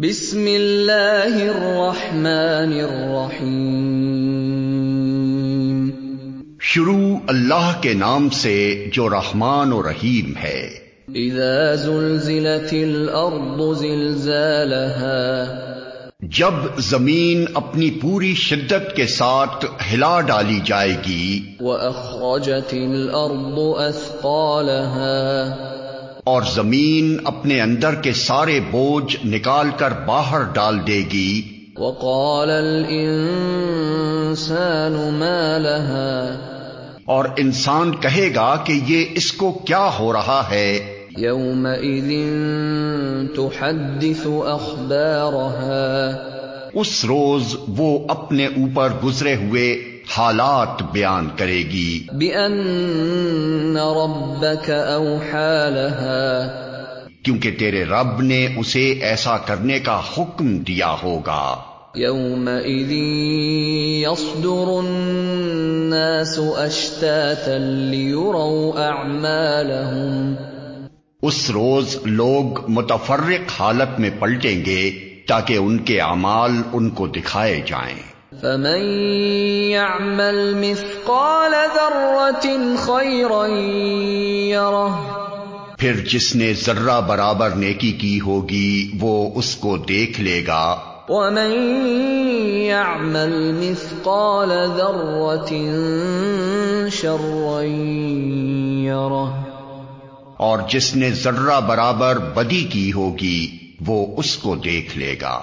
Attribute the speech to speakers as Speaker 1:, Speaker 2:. Speaker 1: بِسْمِ اللَّهِ الرَّحْمَٰنِ الرَّحِيمِ शुरू अल्लाह के नाम से जो रहमान और रहीम है إِذَا زُلْزِلَتِ الْأَرْضُ زِلْزَالَهَا
Speaker 2: जब जमीन अपनी पूरी शिद्दत के साथ हिला डाली जाएगी
Speaker 1: وَأَخْرَجَتِ الْأَرْضُ أَثْقَالَهَا
Speaker 2: और जमीन अपने अंदर के सारे बोझ निकाल कर बाहर डाल देगी
Speaker 1: وَقَالَ الْإِنسَانُ مَا لَهَا
Speaker 2: और इंसान कहेगा कि ये इसको क्या हो रहा है
Speaker 1: يَوْمَئِذٍ تُحَدِّثُ أَخْبَارَهَا
Speaker 2: उस रोज वो अपने ऊपर गुजरे हुए हालात बयान करेगी
Speaker 1: بِأَنَّ رَبَّكَ أَوْحَىٰ لَهَا
Speaker 2: क्योंकि तेरे रब ने उसे ऐसा करने का हुक्म दिया होगा
Speaker 1: يَوْمَئِذٍ يَصْدُرُ النَّاسُ أَشْتَاتًا لِيُرَوْا أَعْمَالَهُمْ
Speaker 2: उस रोज लोग मुतफर्रिक हालत में पलटेंगे ताकि उनके अमाल उनको दिखाए जाएं
Speaker 1: فَمَن يَعْمَلْ مِثْقَالَ ذَرَّةٍ خَيْرًا يَرَهُ
Speaker 2: फिर जिसने जर्रा बराबर नेकी की होगी वो उसको देख लेगा
Speaker 1: وَمَن يَعْمَلْ مِثْقَالَ ذَرَّةٍ شَرًّا يَرَهُ
Speaker 2: और जिसने जर्रा बराबर बदी की होगी वो उसको देख लेगा